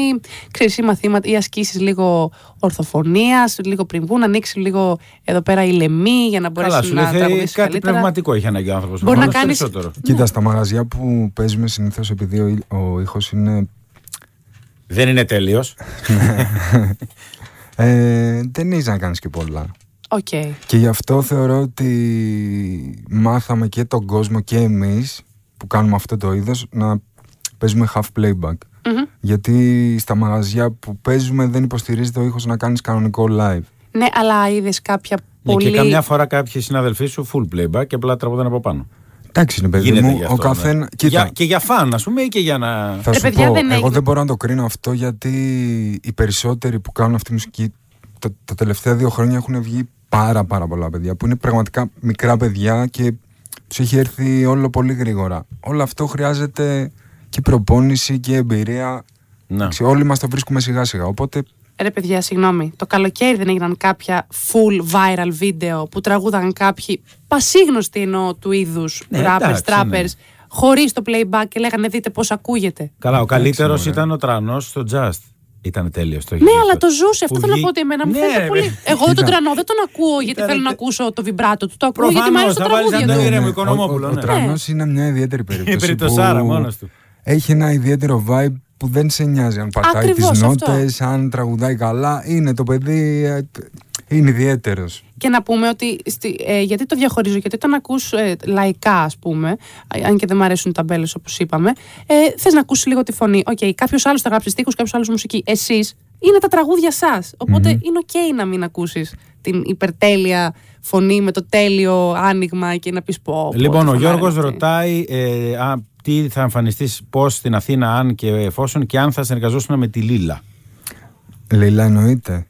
ξέρεις, ή μαθήματα ή ασκήσεις λίγο ορθοφωνίας, λίγο πριν βγουν, να ανοίξει λίγο εδώ πέρα η λεμή για να μπορέσει
καλά σου
να
λέει θέλει
τραγουδήσει
κάτι
καλύτερα.
πνευματικό έχει ανάγκη ο άνθρωπος.
Μπορεί να
προφανώς
κάνεις-
περισσότερο.
Κοίτα, στα μαγαζιά που παίζουμε συνήθως, επειδή ο, ήλ- ο ήχος είναι
Δεν είναι τέλειος.
Ε, δεν έχει να κάνεις και πολλά.
Οκ.
Και γι' αυτό θεωρώ ότι μάθαμε και τον κόσμο και εμείς που κάνουμε αυτό το είδος να παίζουμε half playback.
Μμμ.
Γιατί στα μαγαζιά που παίζουμε δεν υποστηρίζεται ο ήχος να κάνεις κανονικό live.
Ναι, αλλά είδες κάποια
Ναι,
πολύ.
Και καμιά φορά κάποιοι συναδελφοί σου full playback και απλά τραγουδάνε από πάνω.
Εντάξει είναι παιδί
Γίνεται
μου,
γι'
ο
αυτό, ναι.
καθένα...
Και
Κοίτα,
για, και για φαν, ας πούμε, ή και για να.
θα
Ρε,
σου
παιδιά,
πω,
δεν
εγώ
έγινε.
δεν μπορώ να το κρίνω αυτό γιατί οι περισσότεροι που κάνουν αυτή τη μουσική τα, τα τελευταία δύο χρόνια έχουν βγει πάρα πάρα πολλά παιδιά που είναι πραγματικά μικρά παιδιά και τους έχει έρθει όλο πολύ γρήγορα. Όλο αυτό χρειάζεται και προπόνηση και εμπειρία.
Να.
Εντάξει, όλοι μας το βρίσκουμε σιγά σιγά. Οπότε
Ρε παιδιά, συγγνώμη. Το καλοκαίρι δεν έγιναν κάποια full viral βίντεο που τραγούδαν κάποιοι πασίγνωστοι εννοώ του είδους
Ναι,
rappers,
εντάξει, ναι.
trappers, χωρίς το playback και λέγανε δείτε πώς ακούγεται.
Καλά, ο καλύτερος
μωρέ.
ήταν ο τρανός στο Just. Ήταν τέλειος το
Ναι,
έχει
αλλά
δίκιο.
το ζούσε. Αυτό
Που
θέλω να
βγει-
πω ότι εμένα μου
Ναι,
φαίνεται
ρε,
πολύ.
παιδί.
Εγώ τον
Κοίτα.
τρανό δεν τον ακούω γιατί
Ήταν
θέλω να
τε-
ακούσω το βιμπράτο του. Το ακούω γιατί μου
Προφανώς,
αρέσει το
θα βάλεις
τραγούδι
έναν
του.
ήρεμο
Ναι,
οικονομόπουλο,
Ο, ο, ο
ναι.
Τρανός είναι μια ιδιαίτερη περίπτωση.
Περιπτωσάρα
που
μόνος του.
Έχει ένα ιδιαίτερο vibe που δεν σε νοιάζει αν πατάει
Ακριβώς
τις
αυτό.
νότες, αν τραγουδάει καλά. Είναι το παιδί, ε, είναι ιδιαίτερος.
Και να πούμε ότι. στη- ε, γιατί το διαχωρίζω, γιατί όταν ακούς ε, λαϊκά, ας πούμε, ε, αν και δεν μου αρέσουν οι ταμπέλες όπως είπαμε, ε, θες να ακούσεις λίγο τη φωνή. Οκ, okay, κάποιος άλλος θα γράψει στίχους, κάποιος άλλος μουσική. Εσείς είναι τα τραγούδια σας. οποτε είναι οκ να μην ακούσεις την υπερτέλεια φωνή με το τέλειο άνοιγμα και να πεις πω. πω,
Λοιπόν,
τι
ο
φωνάρα
Γιώργος
είναι αυτή.
ρωτάει ε, α, τι θα εμφανιστείς, πώς στην Αθήνα, αν και εφόσον και αν θα συνεργαζόσουν με τη Λίλα.
Λίλα εννοείται.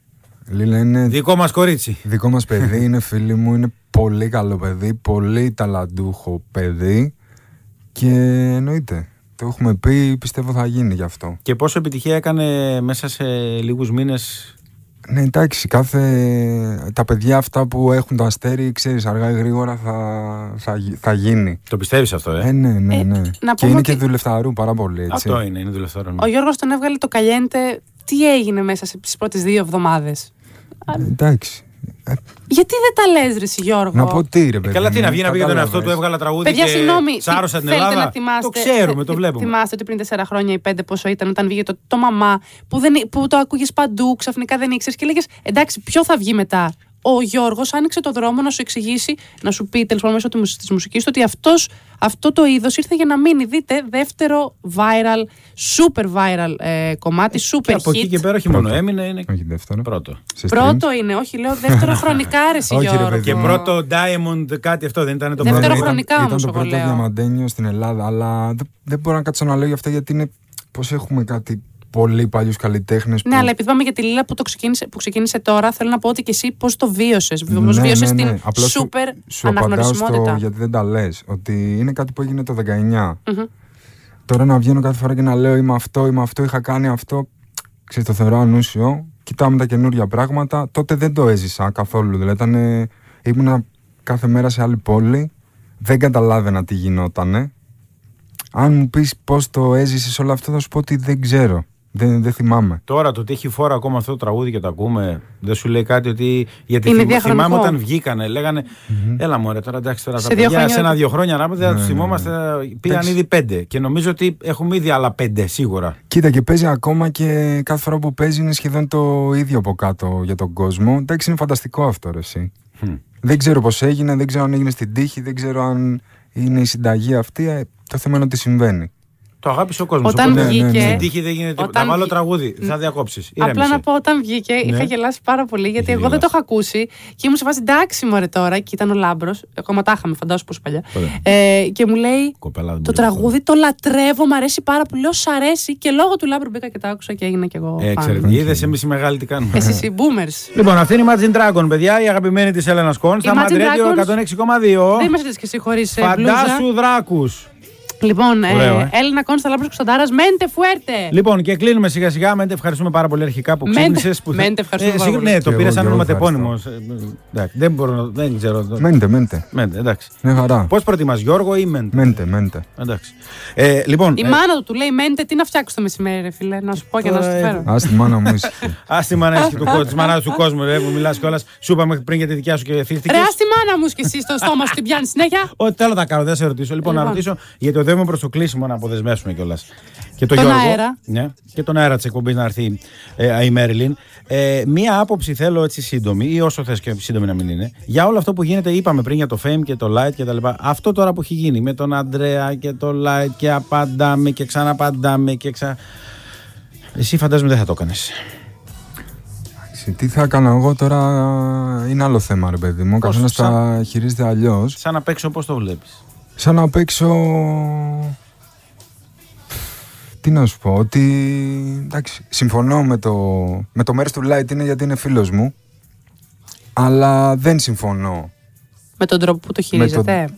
Λίλα είναι
Δικό μας κορίτσι.
δικό μας παιδί, είναι φίλη μου, είναι πολύ καλό παιδί, πολύ ταλαντούχο παιδί και εννοείται. Το έχουμε πει, πιστεύω θα γίνει γι' αυτό.
Και πόσο επιτυχία έκανε μέσα σε λίγους μήνες.
Ναι, εντάξει, κάθε... τα παιδιά αυτά που έχουν το αστέρι, ξέρεις, αργά ή γρήγορα θα, θα, γι- θα γίνει.
Το πιστεύεις αυτό, ε.
Ε, ναι, ναι,
Ε,
ναι.
να
και
πούμε
είναι
ότι-
και δουλευταρού πάρα πολύ, έτσι.
Αυτό είναι, είναι δουλευτόρο.
Ο Γιώργος τον έβγαλε το Καλιέντε. Τι έγινε μέσα στις πρώτες δύο εβδομάδες.
Ε, εντάξει. Ε,
Γιατί δεν τα λες, Ρησι Γιώργο.
να πω τι ρε παιδί.
Ε, Καλά, τι να
μου,
βγει να πει για τον εαυτό του,
κατάλαβες.
έβγαλα τραγούδι.
Παιδιά,
και
συγγνώμη.
Τσάρωσα την
θέλετε
Ελλάδα.
Να θυμάστε,
το ξέρουμε,
θε-
το βλέπουμε.
Θυμάστε ότι πριν τέσσερα χρόνια ή πέντε πόσο ήταν, όταν βγήκε το, το μαμά, που, δεν, που το ακούγε παντού, ξαφνικά δεν ήξερες και λέγες Εντάξει, ποιο θα βγει μετά. Ο Γιώργος άνοιξε το δρόμο να σου εξηγήσει, να σου πει τέλος πάντων μέσω της μουσικής του ότι αυτός, αυτό το είδος ήρθε για να μείνει. Δείτε, δεύτερο viral, super viral ε, κομμάτι,
Και
super
από εκεί
hit.
και πέρα όχι μόνο έμεινε, είναι
Όχι δεύτερο.
πρώτο.
Σε stream.
Πρώτο είναι, όχι, λέω δεύτερο χρονικά, ρε,
Όχι, ρε,
Γιώργο.
παιδί
Και πρώτο Diamond κάτι αυτό δεν ήταν το
Ναι. Δεύτερο
πρώτο.
Ναι,
χρονικά
ήταν,
όμως,
Ήταν
εγώ
το πρώτο
λέω.
διαμαντένιο στην Ελλάδα, αλλά δεν, δεν μπορώ να κάτσω να λέω για αυτά γιατί είναι. Πώς έχουμε κάτι πολύ παλιούς καλλιτέχνες.
Ναι, αλλά επειδή πάμε για τη Λίλα που, το ξεκίνησε, που ξεκίνησε τώρα, θέλω να πω ότι και εσύ πώς το βίωσες. Πώ
Ναι,
βίωσε την σούπερ
σου απαντάω
αναγνωρισιμότητα.
στο γιατί δεν τα λες. Ότι είναι κάτι που έγινε το 19. Τώρα να βγαίνω κάθε φορά και να λέω Είμαι αυτό, είμαι αυτό, είχα κάνει αυτό. Ξέρεις, το θεωρώ ανούσιο. Κοιτάμε τα καινούργια πράγματα. Τότε δεν το έζησα καθόλου. Δηλαδή, ήταν, ε, ήμουνα κάθε μέρα σε άλλη πόλη. Δεν καταλάβαινα τι γινότανε. Αν μου πεις πώς το έζησες όλο αυτό, θα σου πω ότι δεν ξέρω. Δεν, δεν θυμάμαι.
Τώρα το ότι έχει φόρα ακόμα αυτό το τραγούδι και το ακούμε, δεν σου λέει κάτι ότι. Γιατί
Είναι
θυμ-
διαχρονικό.
θυμάμαι όταν βγήκανε, λέγανε. Έλα μου, τώρα εντάξει, τώρα
Σε
τα
δύο
παιδιά
χρόνια-
σε ένα-δύο χρόνια να μην θα του θυμόμαστε. Πήγαν
Εντάξει.
ήδη πέντε. Και νομίζω ότι έχουμε ήδη άλλα πέντε σίγουρα.
Κοίτα και παίζει ακόμα και κάθε φορά που παίζει είναι σχεδόν το ίδιο από κάτω για τον κόσμο. Εντάξει είναι φανταστικό αυτό ρε εσύ. Δεν ξέρω πώς έγινε, δεν ξέρω αν έγινε στην τύχη, δεν ξέρω αν είναι η συνταγή αυτή. Ε, Το θέμα είναι ότι συμβαίνει.
Το αγάπησε ο κόσμος.
Όταν
Ναι, ναι,
βγήκε.
ναι.
Στην τύχη δεν γίνεται τίποτα.
Όταν
Να βάλω
βγει-
τραγούδι, θα διακόψεις.
Απλά να πω, όταν βγήκε,
Ναι.
είχα γελάσει πάρα πολύ, γιατί εγώ δεν το είχα ακούσει και ήμουν σε φάση εντάξει, μωρέ τώρα. Και ήταν ο Λάμπρος. Ακόμα τα είχαμε, φαντάζομαι πόσο παλιά. Ε, και μου λέει,
Κοπέλα,
το
δεν μπορεί
λοιπόν».
να
τραγούδι το λατρεύω, μου αρέσει πάρα πολύ. Λέω, σ' αρέσει. Και λόγω του Λάμπρου μπήκα και τα άκουσα και έγινα κι εγώ.
Ε,
fan.
Είδε εμείς οι μεγάλοι τι κάνουμε.
Εσείς οι boomers.
Λοιπόν, αυτή είναι η Imagine Dragon, παιδιά, η αγαπημένη της Έλενα Κόν. Στα
Imagine
Μαντρέντιο
Dragons.
106,2.
Δεν είμαστε κι εσύ χωρίς Ε, μπλούζα.
Φαντάσου δράκους.
Λοιπόν, ε,
Ωραίο, ε.
Έλληνα Κόνστα Λάμπρος Κωνσταντάρας, μέντε φουέρτε.
Λοιπόν, και κλείνουμε σιγά σιγά. Μέντε, ευχαριστούμε πάρα πολύ αρχικά που
Ε. Μέντε-
ξύπνησες. Που...
Μέντε, ευχαριστούμε πάρα
συγγνώμη,
πολύ.
Ναι, το
Και
πήρα
εγώ,
σαν
Γιώργο,
ονοματεπώνυμο. Ε, εντάξει, δεν μπορώ, να- δεν ξέρω.
Μέντε, μέντε.
Μέντε, εντάξει.
Ναι χαρά.
Πώς προτιμάς, Γιώργο ή Μέντε.
Μέντε, μέντε.
Εντάξει. Ε, λοιπόν,
Η μάνα του του λέει: Μέντε, τι να φτιάξει το μεσημέρι, ρε φίλε, να σου πω και να σου
Τώρα,
το
ε,
φέρω.
Ας τη μάνα μου ήσυχη.
ας τη μανά του, κο- της μανάς του κόσμου, ρε, που μιλάς κιόλας. Σου είπαμε πριν για τη δικιά σου και θύχτηκε.
Ρε, ας τη μάνα μου κι εσύ στο στόμα σου την πιάνεις συνέχεια.
Ό,τι θέλω θα κάνω, δεν σε ρωτήσω. Λοιπόν, να
Λοιπόν.
ρωτήσω γιατί οδεύουμε προς το κλείσιμο να αποδεσμεύσουμε κιόλας. Και το
Τον
Γιώργο.
αέρα.
Ναι, και τον αέρα της εκπομπής να έρθει ε, η Μέριλιν. Ε, μία άποψη θέλω έτσι σύντομη, ή όσο θες και σύντομη να μην είναι, για όλο αυτό που γίνεται, είπαμε πριν για το fame και το light και τα λοιπά. Αυτό τώρα που έχει γίνει με τον Αντρέα και το light και απαντάμε και ξαναπαντάμε και ξα. Εσύ φαντάζομαι δεν θα το έκανες.
Εντάξει, Τι θα έκανα εγώ τώρα είναι άλλο θέμα ρε παιδί μου. Ο
Πώς,
καθένας
σαν-
τα χειρίζεται αλλιώς.
Σαν να παίξω πώς το βλέπεις.
Σαν να παίξω. Τι να σου πω, ότι εντάξει, συμφωνώ με το, με το μέρος του Light είναι γιατί είναι φίλος μου αλλά δεν συμφωνώ.
Με τον τρόπο που το
Με το-
χειρίζεται.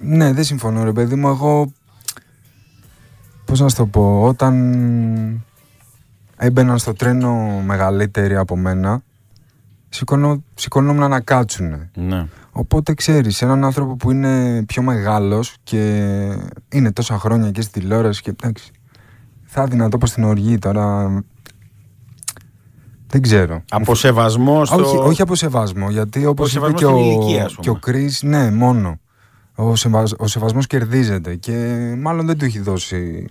Ναι, δεν συμφωνώ ρε παιδί μου, εγώ πώς να σου το πω, όταν έμπαιναν στο τρένο μεγαλύτεροι από μένα σηκωνό, σηκωνόμουν να κάτσουνε.
Ναι.
Οπότε ξέρεις, έναν άνθρωπο που είναι πιο μεγάλος και είναι τόσα χρόνια και στη τηλεόραση και εντάξει. Θα έδινα τόπο στην οργή τώρα. Δεν ξέρω.
Από σεβασμό στο.
όχι, όχι από σεβασμό, γιατί όπως
Ο
είπε
σεβασμός
και ο,
στην ηλικία, ας πούμε.
και ο Chris, ναι, μόνο. Ο, σεβασ, ο σεβασμός κερδίζεται και μάλλον δεν του έχει δώσει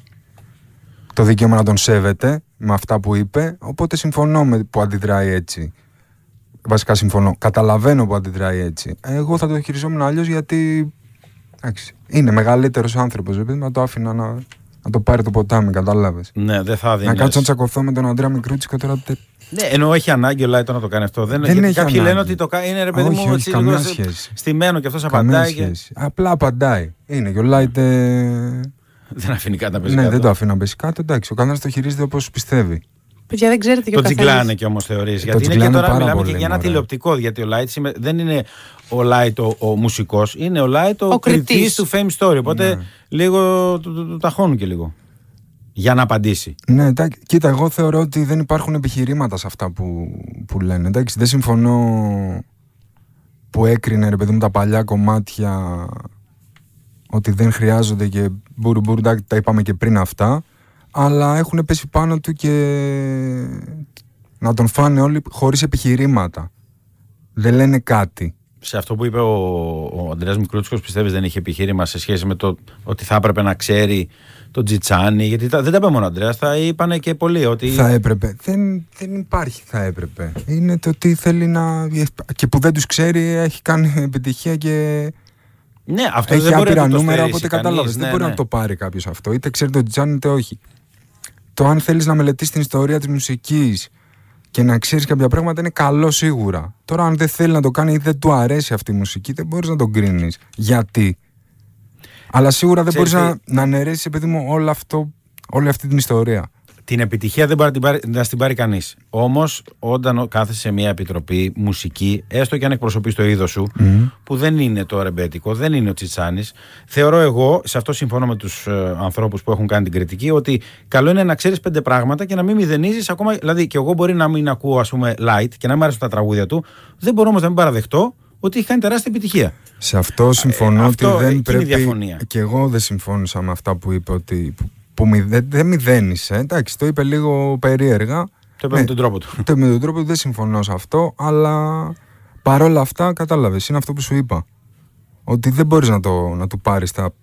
το δικαίωμα να τον σέβεται με αυτά που είπε. Οπότε συμφωνώ με που αντιδράει έτσι. Βασικά συμφωνώ. Καταλαβαίνω που αντιδράει έτσι. Εγώ θα το χειριζόμουν αλλιώς γιατί. Εντάξει, είναι μεγαλύτερος άνθρωπος. Δηλαδή να το άφηνα να, να το πάρει το ποτάμι, κατάλαβες.
Ναι, δεν θα
Να
δίνεις.
κάτσω να τσακωθώ με τον Αντρέα Μικρούτσικο τώρα. τε-
Ναι, ενώ έχει ανάγκη ο Λάιτο να το κάνει αυτό. Δεν,
Δεν
γιατί
έχει
κάποιοι
ανάγκη.
λένε ότι το κάνει. Είναι ρε παιδί
Όχι,
μου,
όχι,
έτσι,
καμία
λίγο σε-
σχέση.
στημένο και αυτός
Καμία
απαντάει. Και...
σχέση. Απλά απαντάει. Είναι και ο Λάιτ. ε,
Δεν αφήνει κάτι να παίζει.
Ναι,
κάτω.
δεν το αφήνω να πέσει κάτω. Εντάξει, ο καθένας το χειρίζεται όπως πιστεύει.
Παιδιά, δεν ξέρετε και
Το
ο καθένας.
τσιγκλάνε και όμως θεωρείς.
Ε, Το
Γιατί είναι και
τσιγκλάνε
τώρα
πάρα
μιλάμε
πολύ
και για ένα
είναι ωραίο.
τηλεοπτικό. Γιατί ο Λάιτ σημα- δεν είναι ο Λάιτ ο, ο μουσικός, είναι ο Λάιτ ο,
Ο κριτής.
κριτής του Fame Story. Οπότε
Ναι.
λίγο του- του του ταχώνουν και λίγο. Για να απαντήσει.
Ναι, εντάξει, κοίτα, εγώ θεωρώ ότι δεν υπάρχουν επιχειρήματα σε αυτά που, που λένε. Εντάξει, δεν συμφωνώ που έκρινε ρε παιδί μου τα παλιά κομμάτια ότι δεν χρειάζονται και μπουρου μπουρου, εντάξει, τα είπαμε και πριν αυτά. Αλλά έχουν πέσει πάνω του και να τον φάνε όλοι χωρίς επιχειρήματα. Δεν λένε κάτι.
Σε αυτό που είπε ο, ο Αντρέα Μικρούτσικος, πιστεύεις δεν είχε επιχείρημα σε σχέση με το ότι θα έπρεπε να ξέρει τον Τζιτσάνι. Γιατί τα- δεν τα είπε μόνο ο Αντρέα, τα είπαν και πολλοί. Ότι
Θα έπρεπε. Δεν, δεν υπάρχει θα έπρεπε. Είναι το τι θέλει να... και που δεν τους ξέρει έχει κάνει επιτυχία και
Ναι, αυτό
Έχει
δεν μπορεί
άπειρα
να το
νούμερα,
στερήσει
οπότε
κανείς,
κατάλαβε.
ναι,
δεν μπορεί
ναι.
να το πάρει κάποιος αυτό. Είτε ξέρει τον Τζάν είτε όχι. Το αν θέλεις να μελετήσει την ιστορία της μουσικής και να ξέρεις κάποια πράγματα είναι καλό σίγουρα. Τώρα, αν δεν θέλει να το κάνει ή δεν του αρέσει αυτή η μουσική, δεν μπορείς να τον κρίνεις. Γιατί. Αλλά σίγουρα δεν μπορεί
Ξέρεις
να, να αναιρέσει, παιδί μου, όλο αυτό, όλη αυτή την ιστορία.
Την επιτυχία δεν μπορεί να την πάρει, να στην πάρει κανείς. Όμως, όταν ο- κάθεσαι σε μια επιτροπή μουσική, έστω και αν εκπροσωπείς το είδος σου, που δεν είναι το ρεμπέτικο, δεν είναι ο Τσιτσάνης, θεωρώ εγώ, σε αυτό συμφωνώ με τους ανθρώπους που έχουν κάνει την κριτική, ότι καλό είναι να ξέρεις πέντε πράγματα και να μην μηδενίζεις ακόμα. Δηλαδή, και εγώ μπορεί να μην ακούω, ας πούμε, light και να μην μ' αρέσουν τα τραγούδια του, δεν μπορώ όμως να μην παραδεχτώ ότι έχει κάνει τεράστια επιτυχία.
Σε αυτό συμφωνώ
ε,
ότι
αυτό,
δεν
εκείνη η
πρέπει.
διαφωνία.
Και εγώ δεν συμφώνησα με αυτά που είπε ότι. που- Που μηδε- δεν μηδένισε. Εντάξει, το είπε λίγο περίεργα.
Το είπε
Ναι.
με τον τρόπο του.
Το με τον τρόπο δεν συμφωνώ σε αυτό, αλλά παρόλα αυτά κατάλαβες. Είναι αυτό που σου είπα. Ότι δεν μπορείς να, το, να του πάρει τα,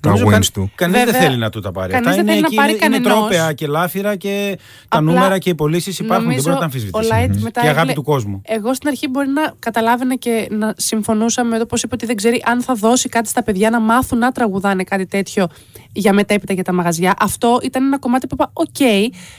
τα
Νομίζω
wins
καν-
του.
Κανείς δεν
Βέβαια,
θέλει να του τα πάρει.
κανείς
Αυτά
δεν
είναι,
θέλει να
εκεί,
πάρει
είναι, είναι
κανενός.
τρόπαια και λάφυρα και τα
Απλά,
νούμερα και οι πωλήσεις υπάρχουν και
Νομίζω
μπορεί να τα
ο
αμφισβητήσει.
Λάιτ
Και
μετά
η αγάπη
έβλε-
του κόσμου.
Εγώ στην αρχή μπορεί να καταλάβαινα και να συμφωνούσα με το πώ είπε ότι δεν ξέρει αν θα δώσει κάτι στα παιδιά να μάθουν να τραγουδάνε κάτι τέτοιο για μετέπειτα για τα μαγαζιά. Αυτό ήταν ένα κομμάτι που είπα: Οκ,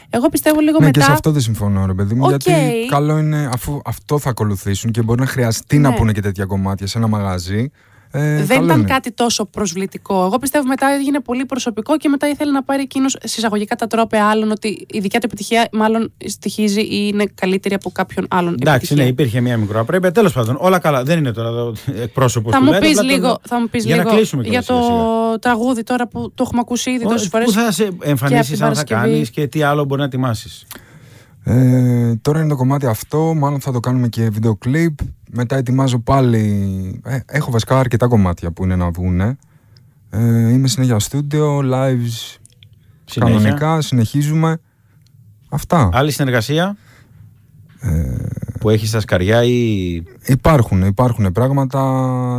εγώ πιστεύω λίγο
Ναι,
μετά.
και σε αυτό δεν συμφωνώ, ρε παιδί μου.
Οκ.
Γιατί καλό είναι, αφού αυτό θα ακολουθήσουν και μπορεί να χρειαστεί να
Ναι.
πούνε και τέτοια κομμάτια σε ένα μαγαζί. Ε,
δεν
καλό
ήταν
είναι.
κάτι τόσο προσβλητικό. Εγώ πιστεύω μετά έγινε πολύ προσωπικό και μετά ήθελε να πάρει εκείνος συσσαγωγικά τα τρόπια άλλων ότι η δικιά του επιτυχία μάλλον στοιχίζει ή είναι καλύτερη από κάποιον άλλον.
Εντάξει, ναι,
επιτυχία.
υπήρχε μια μικροαπρέπεια. Τέλος πάντων, όλα καλά. Δεν είναι τώρα εδώ εκπρόσωπος
Θα
του
μου
Light,
πεις
απλά το-
λίγο, θα μου πεις
για να
λίγο
κλείσουμε
για
κιόλας
το
σιγά-σιγά.
τραγούδι τώρα που το έχουμε ακούσει ήδη τόσε
Ω,
φορέ.
Πού θα σε
την
εμφανίσεις, αν θα
Παρασκευή.
κάνεις και τι άλλο μπορεί να ετοιμάσεις.
Ε, τώρα είναι το κομμάτι αυτό. Μάλλον θα το κάνουμε και βίντεο κλιπ. Μετά ετοιμάζω πάλι. Ε, έχω βασικά αρκετά κομμάτια που είναι να βγουν. Ε, είμαι συνέχεια στούντιο, lives
Συνέχεια.
Κανονικά, συνεχίζουμε. Αυτά.
Άλλη συνεργασία Ε, που έχεις στα σκαριά ή.
Υπάρχουν, υπάρχουν πράγματα.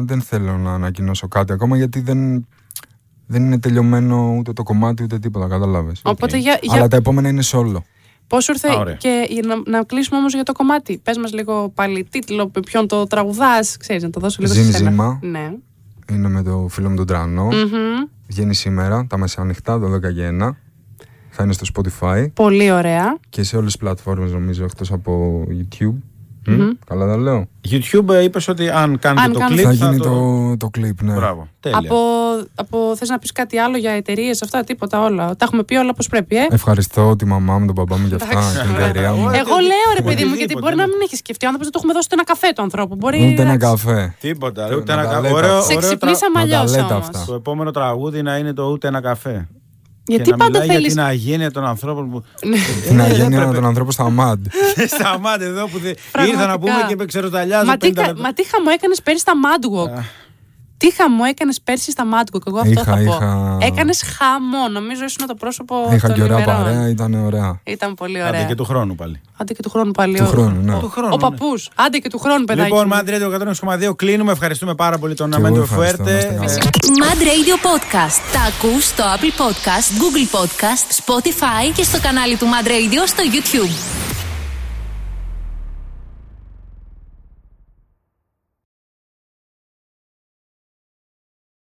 Δεν θέλω να ανακοινώσω κάτι ακόμα γιατί δεν, δεν είναι τελειωμένο ούτε το κομμάτι ούτε τίποτα, κατάλαβες.
Οπότε για, για...
Αλλά τα επόμενα είναι solo.
πώ σου ήρθε
Α, ωραία.
και για να, να κλείσουμε όμως για το κομμάτι. Πες μας λίγο πάλι τίτλο, με ποιον το τραγουδάς. Ξέρεις, να το δώσω λίγο σε
Ζήν
σένα.
Ζήμα.
Ναι.
Είναι με το φίλο μου τον Τρανό.
Μμμ.
Βγαίνει σήμερα, τα μεσάνυχτα, 12 και 1. Θα είναι στο Spotify
Πολύ ωραία.
και σε όλες τις πλατφόρμες νομίζω εκτός από YouTube. Μμ, Καλά τα λέω.
YouTube είπες ότι αν κάνετε
Αν
το
κάνετε-
κλειπ.
θα
θα
γίνει
το-
το, το κλιπ, ναι.
Μπράβο. Τέλεια.
Από, από θες να πεις κάτι άλλο για εταιρείες, αυτά, τίποτα όλα. Τα έχουμε πει όλα πώ πρέπει, ε.
Ευχαριστώ τη μαμά μου, τον παπά μου για αυτά, την εταιρεία μου.
Ωραία.
Εγώ λέω ρε παιδί μου, γιατί
Οτιδήποτε,
μπορεί
ναι.
να μην έχεις σκεφτεί. Ο άνθρωπος δεν του έχουμε δώσει ούτε ένα καφέ του ανθρώπου. Μπορεί.
Ούτε ένα
εντάξει.
καφέ.
Τίποτα. ρε,
Να
Ούτε
τα
ένα κα-
λέτε
ωραίο-
αυτά.
Σε
ωραίο τρα-
ξυπνήσαμε
Να τα
αλλιώς
λέτε
όμως.
αυτά.
Το επόμενο τραγούδι να είναι το ούτε ένα καφέ.
Γιατί
και να
πάντα
μιλάει
θέλει.
για την αγένεια των ανθρώπων που. Ε,
Την
ναι, δεν
αγένεια
έπρεπε.
των ανθρώπων στα ΜΑΔ.
Σταμάτε εδώ που δεν- ήρθα να
Πραγματικά.
πούμε και επεξεργαλιάζω
Μα τι,
50
κα-
λεπτά.
μα τι χαμό έκανες πέρσι στα Madwalk. τι χαμό έκανες πέρσι στα Madwalk, εγώ αυτό
Είχα-
θα
είχα-
πω. Έκανες χαμό, νομίζω ήσουν Ε, το πρόσωπο
Είχα
των
και ωραία
ημερών.
παρέα, ήταν ωραία.
Ήταν πολύ
Άντε,
ωραία.
και του χρόνου πάλι.
Άντε και του χρόνου πάλι.
Του
ο-
χρόνου, ναι.
Ο,
Του
χρόνου,
ο
ναι.
παππούς. Άντε και του χρόνου, παιδάκι.
Λοιπόν,
μου.
Μάντρια του 106,2 κλείνουμε. Ευχαριστούμε πάρα πολύ τον
Και εγώ
Αμέντο
ευχαριστώ, να είστε
Φουέρτε.
καλά.
Mad Radio Podcast. Τα ακούς στο Apple Podcast, Google Podcast, Spotify και στο κανάλι του Mad Radio στο YouTube.